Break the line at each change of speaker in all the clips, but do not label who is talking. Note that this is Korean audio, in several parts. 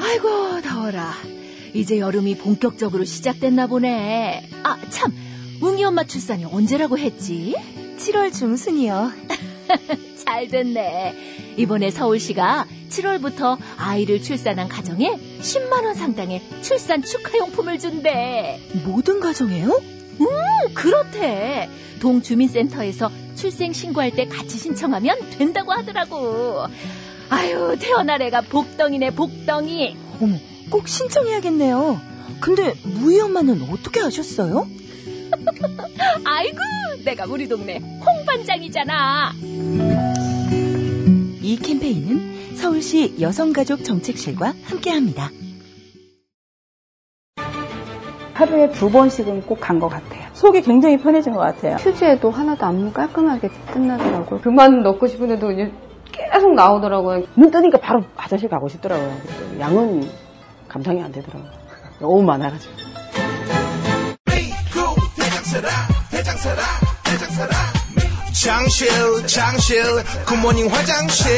아이고 더워라. 이제 여름이 본격적으로 시작됐나 보네. 아 참, 웅이 엄마 출산이 언제라고 했지?
7월 중순이요.
잘 됐네. 이번에 서울시가 7월부터 아이를 출산한 가정에 10만 원 상당의 출산 축하용품을 준대.
모든 가정에요?
음, 그렇대. 동주민센터에서 출생 신고할 때 같이 신청하면 된다고 하더라고. 아유 태어날 애가 복덩이네 복덩이.
어머, 꼭 신청해야겠네요. 근데 무희 엄마는 어떻게 아셨어요?
아이고 내가 우리 동네 홍반장이잖아.
이 캠페인은 서울시 여성가족 정책실과 함께합니다.
하루에 두 번씩은 꼭 간 것 같아요. 속이 굉장히 편해진 것 같아요.
휴지에도 하나도 안 깔끔하게 끝나더라고요. 그만 넣고 싶은데도 이제 계속 나오더라고요.
눈 뜨니까 바로 화장실 가고 싶더라고요. 근데 양은 감당이 안 되더라고요. 너무 많아가지고.
장실 장실 굿모닝 화장실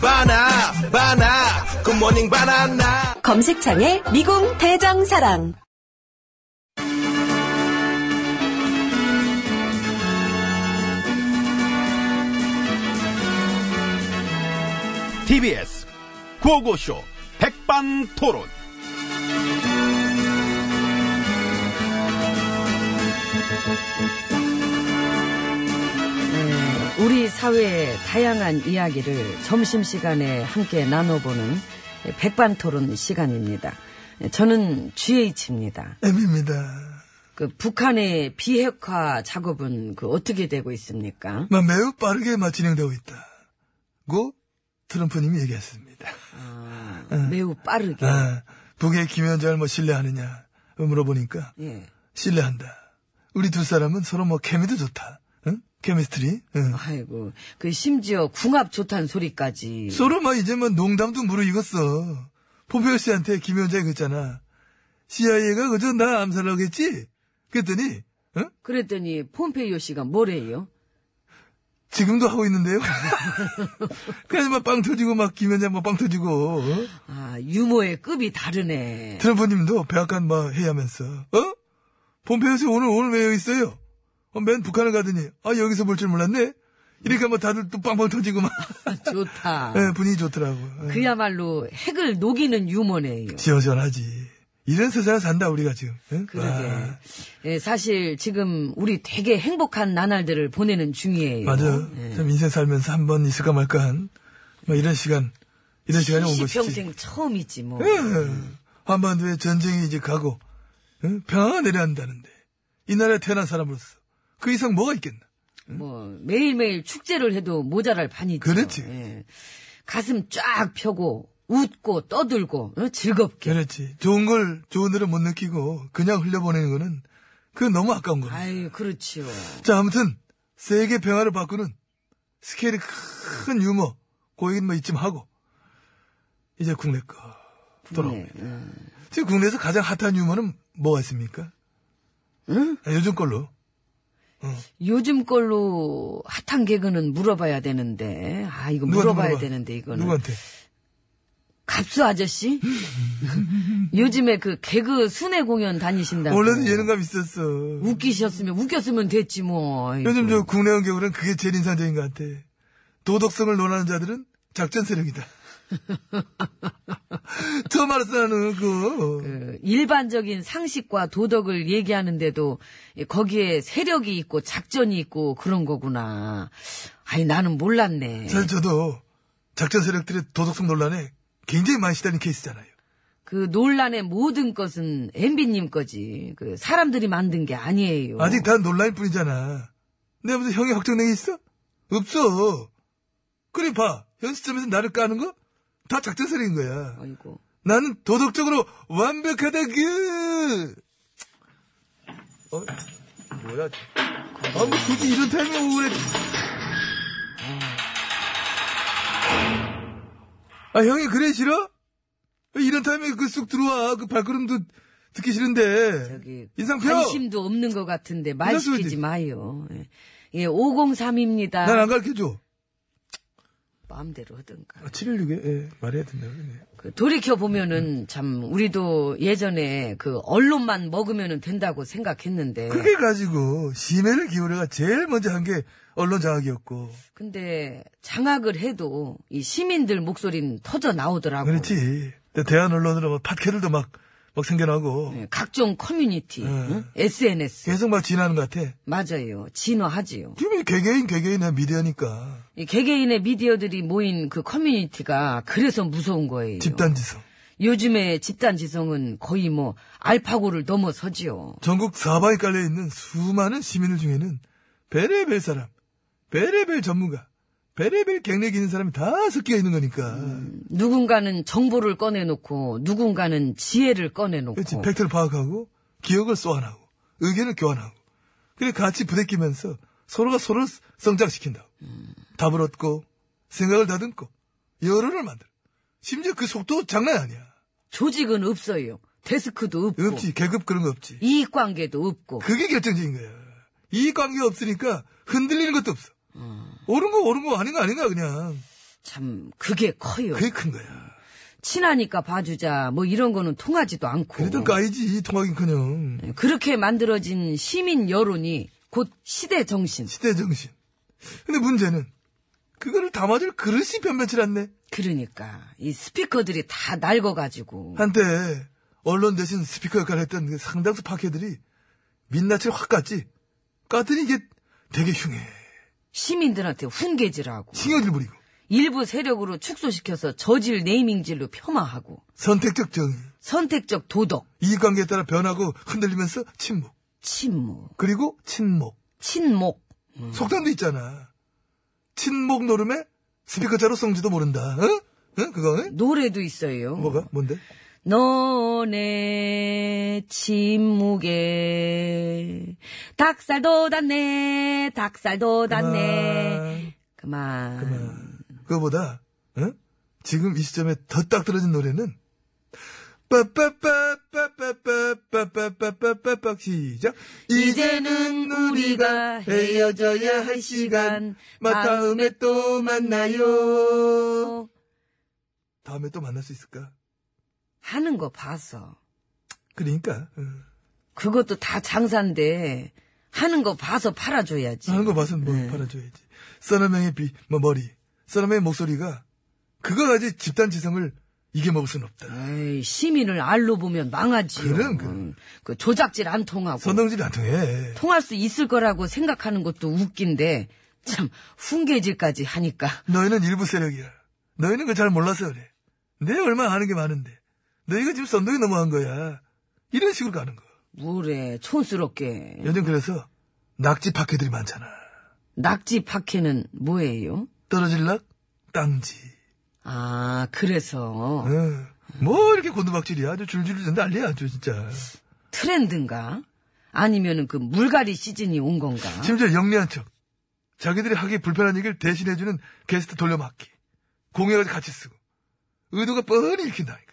바나 바나 굿모닝 바나나
검색창에 미궁 대장사랑
TBS 구호고쇼 백반토론
네, 우리 사회의 다양한 이야기를 점심시간에 함께 나눠보는 백반토론 시간입니다. 저는 GH입니다.
M입니다.
그 북한의 비핵화 작업은 그 어떻게 되고 있습니까?
마- 매우 빠르게 마- 진행되고 있다. 고 트럼프님이 얘기했습니다.
아, 매우 빠르게.
아, 북의 김 위원장을 뭐 신뢰하느냐 물어보니까
예.
신뢰한다. 우리 두 사람은 서로 뭐 케미도 좋다. 응? 케미스트리. 응.
아이고, 그 심지어 궁합 좋다는 소리까지.
서로 막 이제 뭐 농담도 무르익었어. 포페어 씨한테 김 위원장이 그랬잖아. CIA가 그저 나 암살하고 했지? 그랬더니 응?
그랬더니 폼페이오 씨가 뭐래요?
지금도 하고 있는데요. 그래서 막 빵 터지고 막 김 위원장 막 빵 터지고. 어?
아, 유머의 급이 다르네.
트럼프님도 백악관 막 해야면서 어? 폼페이오 씨 오늘 오늘 왜 여기 있어요? 어, 맨 북한을 가더니 아 여기서 볼 줄 몰랐네. 이렇게 뭐 다들 또 빵빵 터지고 막
좋다.
예, 분위기 좋더라고. 예.
그야말로 핵을 녹이는 유머네요.
지어전하지. 이런 세상을 산다 우리가 지금. 예?
그 그러게.
와,
예, 사실 지금 우리 되게 행복한 나날들을 보내는 중이에요.
맞아.
예.
참 인생 살면서 한 번 있을까 말까한 뭐 이런 시간 이런 시간이 온 것이지.
평생 처음이지 뭐.
예. 한반도에 전쟁이 이제 가고 예? 평화가 내려앉는데 이 나라에 태어난 사람으로서 그 이상 뭐가 있겠나?
뭐 매일매일 축제를 해도 모자랄 판이죠.
그렇지.
예. 가슴 쫙 펴고 웃고 떠들고 어?
예.
즐겁게.
그렇지. 좋은 걸 좋은 대로 못 느끼고 그냥 흘려보내는 거는 그건 너무 아까운 거니다
아유, 그렇지요.
자, 아무튼 세계 평화를 바꾸는 스케일이 큰 유머 고객은 뭐 이쯤 하고 이제 국내 거 돌아옵니다.
네, 음.
지금 국내에서 가장 핫한 유머는 뭐가 있습니까?
응?
아, 요즘 걸로
요즘 걸로 핫한 개그는 물어봐야 되는데. 아, 이거
누구한테
물어봐야
물어봐?
되는데 이거는.
누구한테?
갑수 아저씨? 요즘에 그 개그 순회 공연 다니신다고.
원래도 예능감 있었어.
음. 웃기셨으면 웃겼으면 됐지 뭐. 아이고.
요즘 저 국내 연경우는 그게 제일 인상적인 것 같아. 도덕성을 논하는 자들은 작전 세력이다. 처음 알았어, 나는, 그거.
그 일반적인 상식과 도덕을 얘기하는데도 거기에 세력이 있고 작전이 있고 그런 거구나. 아니 나는 몰랐네.
사실 저도 작전 세력들의 도덕성 논란에 굉장히 많이 시달린 케이스잖아요.
그 논란의 모든 것은 엠비님 거지. 그 사람들이 만든 게 아니에요.
아직 다 논란일 뿐이잖아. 내가 무슨 형이 확정된 게 있어? 없어. 그래, 봐. 현시점에서 나를 까는 거? 다 작전 세력인 거야.
아이고.
나는 도덕적으로 완벽하다, 그! 어? 뭐야? 아, 뭐 굳이 이런 타이밍에 오래. 아, 형이 그래, 싫어? 왜 이런 타이밍에 그 쑥 들어와. 그 발걸음도 듣기 싫은데.
저기
인상표!
예, 관심도 없는 것 같은데 말
인상표
시키지
어디?
마요. 예. 예, 503입니다.
난 안 가르쳐줘.
마음대로 하든가.
아, 716에, 예, 말해야 된다, 그러네.
그 돌이켜 보면은 참 우리도 예전에 그 언론만 먹으면 된다고 생각했는데.
그게 가지고 심해를 기울여가 제일 먼저 한 게 언론 장악이었고.
근데 장악을 해도 이 시민들 목소리는 터져 나오더라고.
그렇지. 근데 대한 언론으로 막 팟캐들도 막, 막 생겨나고.
예, 각종 커뮤니티,
예.
응? SNS
계속 막 진화하는 것 같아.
맞아요. 진화하지요.
지금 이 개개인 개개인의 미디어니까.
이 개개인의 미디어들이 모인 그 커뮤니티가 그래서 무서운 거예요.
집단지성.
요즘에 집단 지성은 거의 뭐 알파고를 넘어서지요.
전국 사방에 깔려있는 수많은 시민들 중에는 베레벨 사람, 베레벨 전문가, 베레벨 경력 있는 사람이 다 섞여 있는 거니까.
누군가는 정보를 꺼내놓고 누군가는 지혜를 꺼내놓고
그렇지. 팩트를 파악하고, 기억을 소환하고, 의견을 교환하고. 그래, 같이 부대끼면서 서로가 서로를 성장시킨다고. 답을 얻고, 생각을 다듬고, 여론을 만들어. 심지어 그 속도 장난 아니야.
조직은 없어요. 데스크도 없고
없지. 계급 그런 거 없지.
이익관계도 없고
그게 결정적인 거야. 이 관계 없으니까 흔들리는 것도 없어. 옳은 거 옳은 거 아닌 거 아닌가 그냥.
참 그게 커요.
그게 큰 거야.
친하니까 봐주자 뭐 이런 거는 통하지도 않고
그래도 까이지 통하긴커녕
네. 그렇게 만들어진 시민 여론이 곧 시대 정신
시대 정신. 근데 문제는 그거를 담아줄 그릇이 변변치 않네.
그러니까 이 스피커들이 다 낡아가지고
한때 언론 대신 스피커 역할을 했던 그 상당수 파케들이 민낯을 확 깠지. 깠더니 이게 되게 흉해.
시민들한테 훈계질하고
신경질 부리고
일부 세력으로 축소시켜서 저질 네이밍질로 폄하하고
선택적 정의.
선택적 도덕
이익관계에 따라 변하고 흔들리면서 침묵.
침묵
그리고 침묵.
친목
속담도 있잖아. 친목 노름에 스피커자로 성지도 모른다. 응? 응? 그거? 응?
노래도 있어요.
뭐가? 뭔데?
너네 침묵에 닭살도 닿네 닭살도
아.
닿네 그만,
그거보다 응? 지금 이 시점에 더 딱 떨어진 노래는 빠빠빠빠빠빠빠빠빠빠빠 시작
이제는 우리가 헤어져야 할 시간.
마 다음에 또 만나요
어,
다음에 또 만날 수 있을까?
하는 거 봐서
그러니까 응.
그것도 다 장사인데 하는 거 봐서 팔아줘야지 네.
하는 거 봐서 뭐 팔아줘야지. 써나명의 비, 뭐 머리, 써나명의 목소리가 그거 가지 집단 지성을 이겨 먹을 순 없다.
에이, 시민을 알로 보면 망하지
그럼, 그럼.
그 조작질 안 통하고
선동질이 안 통해.
통할 수 있을 거라고 생각하는 것도 웃긴데 참 훈계질까지 하니까
너희는 일부 세력이야. 너희는 그걸 잘 몰라서 그래. 내가 얼마나 아는 게 많은데. 너희가 지금 선동이 넘어간 거야. 이런 식으로 가는 거.
뭐래 촌스럽게
요즘 그래서 낙지 파케들이 많잖아.
낙지 파케는 뭐예요?
떨어질 낙? 땅지.
아 그래서
응. 뭐 이렇게 곤두박질이야. 아주 줄줄줄 난리야. 아주 진짜.
트렌드인가? 아니면은 그 물갈이 시즌이 온 건가?
심지어 영리한 척. 자기들이 하기 불편한 얘기를 대신해주는 게스트 돌려막기. 공약을 같이 쓰고. 의도가 뻔히 읽힌다니까.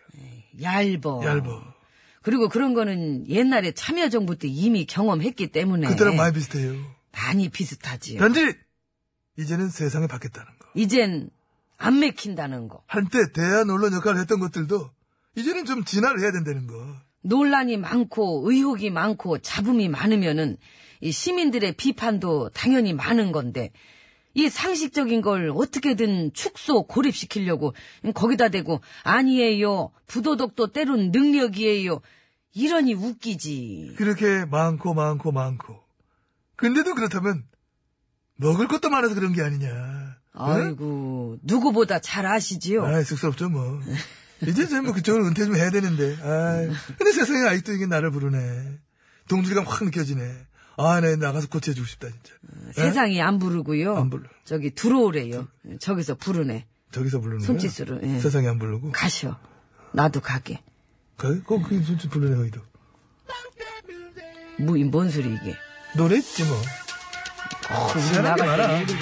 얇어.
얇아.
그리고 그런 거는 옛날에 참여정부 때 이미 경험했기 때문에
그때랑 많이 비슷해요.
많이 비슷하지요.
단지! 이제는 세상을 바뀌었다는 거.
이젠 안 맥힌다는 거.
한때 대한 언론 역할을 했던 것들도 이제는 좀 진화를 해야 된다는 거.
논란이 많고 의혹이 많고 잡음이 많으면은 이 시민들의 비판도 당연히 많은 건데
이 상식적인 걸 어떻게든 축소, 고립시키려고 거기다 대고 아니에요. 부도덕도 때론 능력이에요. 이러니 웃기지.
그렇게 많고 많고 많고. 근데도 그렇다면 먹을 것도 많아서 그런 게 아니냐.
아이고, 누구보다 잘 아시지요?
아, 쑥스럽죠 뭐. 이제 이제 뭐 그쪽으로 은퇴 좀 해야 되는데. 아, 근데 세상에 아직도 이게 나를 부르네. 동질감 확 느껴지네. 아, 나 나가서 고쳐주고 싶다 진짜.
세상이 안 부르고요.
네. 안 불러.
저기 들어오래요. 저기서 부르네.
저기서 부르는 거야.
손짓으로, 예.
세상에 안 부르고.
가셔. 나도 가게.
그, 그, 그 손짓 부르네 거기도.
뭐, 이뭔 소리 이게.
노래했지 뭐. 어,
우리
희한한 게 많아.
나갈 때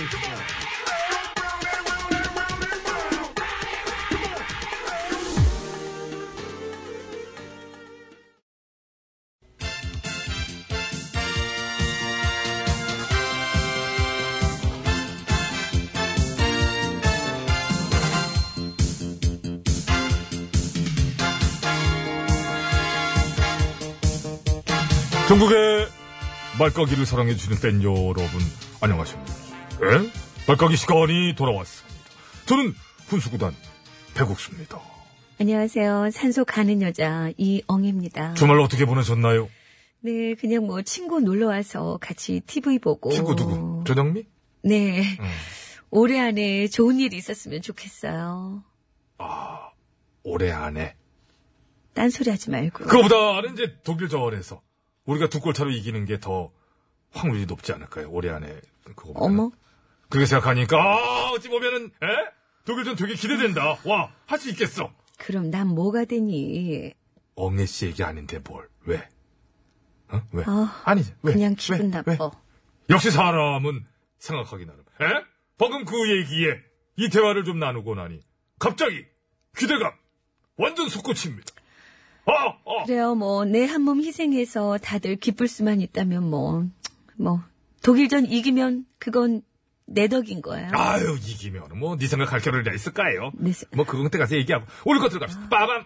전국의 말까기를 사랑해주시는 팬 여러분, 안녕하십니까. 예? 말까기 시간이 돌아왔습니다. 저는 훈수구단 백옥수입니다.
안녕하세요. 산소 가는 여자 이엉입니다.
주말 어떻게 보내셨나요?
네, 그냥 뭐 친구 놀러 와서 같이 TV 보고.
친구 누구? 조정미?
네.
음.
올해 안에 좋은 일이 있었으면 좋겠어요.
올해 안에.
딴소리 하지 말고.
그거보다는 이제 독일 저월에서 우리가 두 골 차로 이기는 게 더 확률이 높지 않을까요? 올해 안에. 그거
어머.
그렇게 생각하니까, 아, 어찌 보면은, 에? 독일전 되게 기대된다. 와, 할 수 있겠어.
그럼 난 뭐가 되니?
엉애 씨 얘기 아닌데 뭘? 왜? 어? 왜?
아,
아니지. 왜?
그냥 기분
왜?
나빠.
왜? 역시 사람은 생각하기 나름. 에? 방금 그 얘기에 이 대화를 좀 나누고 나니 갑자기 기대감 완전 솟구칩니다. 아, 아.
그래요, 뭐, 내 한 몸 희생해서 다들 기쁠 수만 있다면 뭐, 뭐, 독일전 이기면 그건 내 덕인 거야.
아유 이기면 뭐 네 생각 할 겨를이나 있을까요?
네, 세-
뭐 그건 때 가서 얘기하고 우리 것들 갑시다. 빠밤.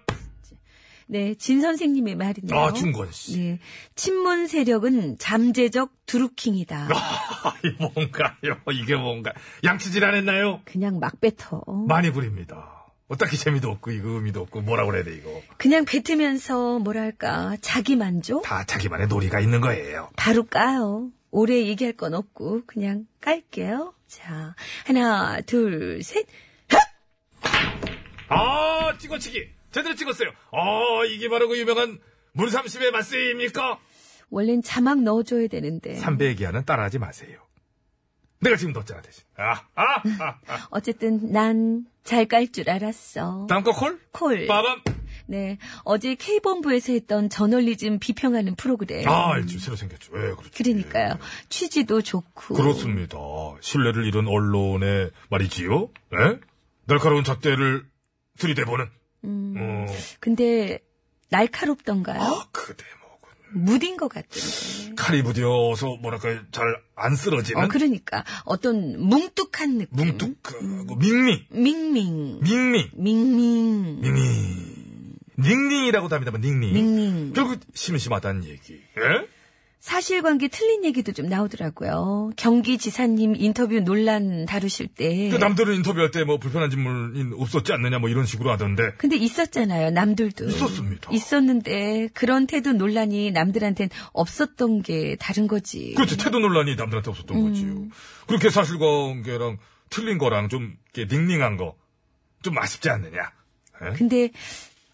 네, 진 선생님의 말이네요.
아 준건 씨.
네, 친문 세력은 잠재적 두루킹이다.
아. 이 뭔가요? 이게 뭔가? 양치질 안 했나요?
그냥 막 뱉어.
많이 부립니다. 어, 딱히 재미도 없고 이거 의미도 없고 뭐라 그래야 돼 이거.
그냥 뱉으면서 뭐랄까 자기 만족?
다 자기만의 놀이가 있는 거예요.
바로 까요. 오래 얘기할 건 없고 그냥 깔게요. 자, 하나, 둘, 셋.
아, 찍어치기. 제대로 찍었어요. 아, 이게 바로 그 유명한 문삼십의 맛세입니까?
원래는 자막 넣어줘야 되는데
삼배 얘기하는 따라하지 마세요. 내가 지금 넣었잖아, 대신. 아, 아, 아, 아.
어쨌든 난 잘 깔 줄 알았어.
다음 거 콜?
콜.
빠밤.
네, 어제 K본부에서 했던 저널리즘 비평하는 프로그램.
아, 알죠. 새로 생겼죠. 예, 그렇죠.
그러니까요. 취지도 좋고.
그렇습니다. 신뢰를 잃은 언론의 말이지요. 예? 날카로운 잣대를 들이대보는.
음,
어,
근데 날카롭던가요?
아, 그 대목은.
무딘 것 같던데.
칼이 부디어서, 뭐랄까, 잘 안 쓰러지는.
어, 그러니까 어떤 뭉뚝한 느낌.
뭉뚝하고, 밍밍.
밍밍.
밍밍.
밍밍.
닝닝. 닝닝이라고도 합니다만, 닝닝.
밍밍.
결국, 심심하다는 얘기. 예?
사실관계 틀린 얘기도 좀 나오더라고요. 경기지사님 인터뷰 논란 다루실 때.
그 남들은 인터뷰할 때 뭐 불편한 질문이 없었지 않느냐 뭐 이런 식으로 하던데.
근데 있었잖아요. 남들도.
있었습니다.
는데 그런 태도 논란이 남들한텐 없었던 게 다른 거지.
그렇지. 태도 논란이 남들한테 없었던 거지요. 그렇게 사실관계랑 틀린 거랑 좀, 이렇게 닝닝한 거. 좀 아쉽지 않느냐. 예?
근데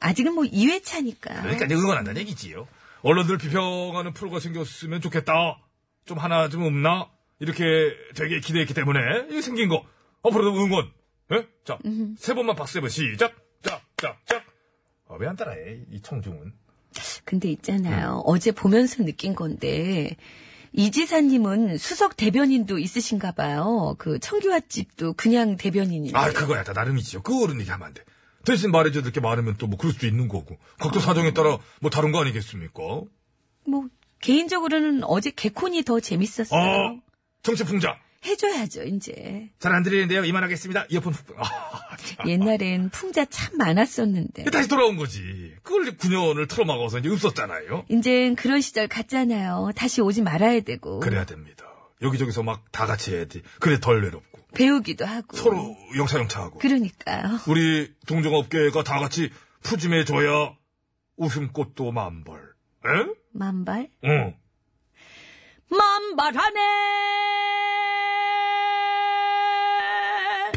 아직은 뭐 2회차니까.
그러니까 이제 응원한다는 얘기지요. 언론들 비평하는 프로가 생겼으면 좋겠다. 좀 하나 좀 없나? 이렇게 되게 기대했기 때문에 이게 생긴 거. 앞으로도 응원. 예? 자, 세 번만 박수 해봐. 시작. 자, 자, 자. 아, 왜 안 따라해? 이 청중은.
근데 있잖아요.
네.
어제 보면서 느낀 건데 이 지사님은 수석 대변인도 있으신가 봐요. 그 청규화집도 그냥 대변인이에요.
아, 그거야. 다 나름이지요. 그 어른 얘기하면 안 돼. 대신 말해줘야 될 게 많으면 또 뭐 그럴 수도 있는 거고. 각자 사정에 따라 뭐 다른 거 아니겠습니까?
뭐 개인적으로는 어제 개콘이 더 재밌었어요.
어, 정치 풍자.
해줘야죠 이제.
잘 안 들리는데요. 이만하겠습니다. 이어폰 훅. 아, 참.
옛날엔 풍자 참 많았었는데.
다시 돌아온 거지. 그걸 이제 9년을 틀어막아서 이제 없었잖아요.
이젠 그런 시절 갔잖아요. 다시 오지 말아야 되고.
그래야 됩니다. 여기저기서 막 다 같이 해야지. 그래 덜 외롭고.
배우기도 하고.
서로 영차영차하고.
그러니까요.
우리 동종업계가 다 같이 푸짐해져야 웃음꽃도 만벌. 에?
만발?
응.
만발하네!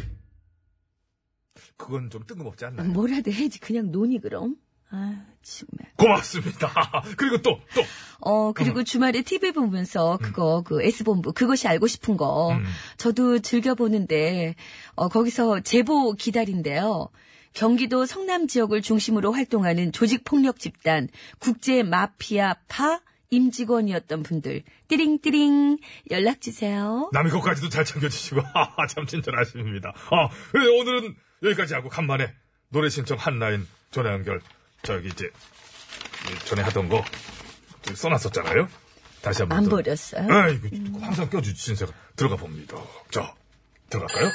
그건 좀 뜬금없지 않나요?
뭐라도 해야지. 그냥 논이 그럼. 아 정말.
고맙습니다. 그리고 또, 또.
어, 그리고 주말에 TV 보면서 그거, 그 S본부, 그것이 알고 싶은 거.
음.
저도 즐겨보는데, 어, 거기서 제보 기다린데요. 경기도 성남 지역을 중심으로 활동하는 조직폭력 집단, 국제 마피아 파 임직원이었던 분들, 띠링띠링 연락주세요.
남의 것까지도 잘 챙겨주시고, 하하, 참 친절하십니다. 아, 그래, 오늘은 여기까지 하고, 간만에 노래 신청 한라인 전화 연결, 저기 이제, 전에 하던 거 써놨었잖아요? 다시 한 번.
안
더.
버렸어요?
아이고, 항상 껴주신 제가 들어가 봅니다. 자, 들어갈까요?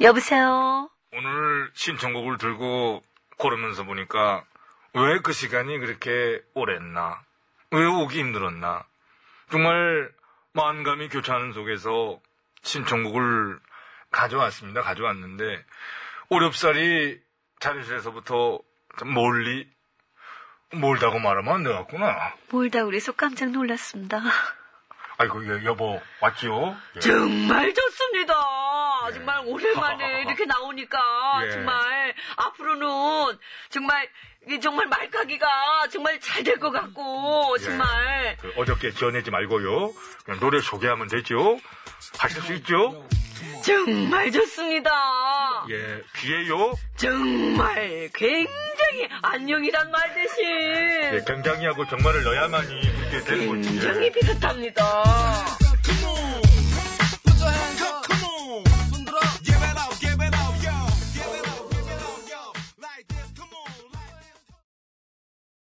여보세요?
오늘 신청곡을 들고 고르면서 보니까 왜 그 시간이 그렇게 오랬나? 왜 오기 힘들었나? 정말 만감이 교차하는 속에서 신청곡을 가져왔습니다. 가져왔는데 오렵살이 자료실에서부터 좀 멀리 멀다고 말하면 안 되겠구나.
몰다 그래서 깜짝 놀랐습니다.
아이고 여- 여보 왔지요? 예.
정말 좋습니다. 정말 오랜만에 이렇게 나오니까
예.
정말 앞으로는 정말 이 정말 말까기가 정말 잘 될 것 같고
예.
정말
그 어저께 지어내지 말고요. 그냥 노래 소개하면 되죠. 하실 수 있죠?
정말 좋습니다.
예, 귀에요.
정말 굉장히 안녕이란 말 대신 네.
예, 굉장히하고 정말을 넣어야만이 그렇게 되는 거지. 예.
굉장히 비슷합니다.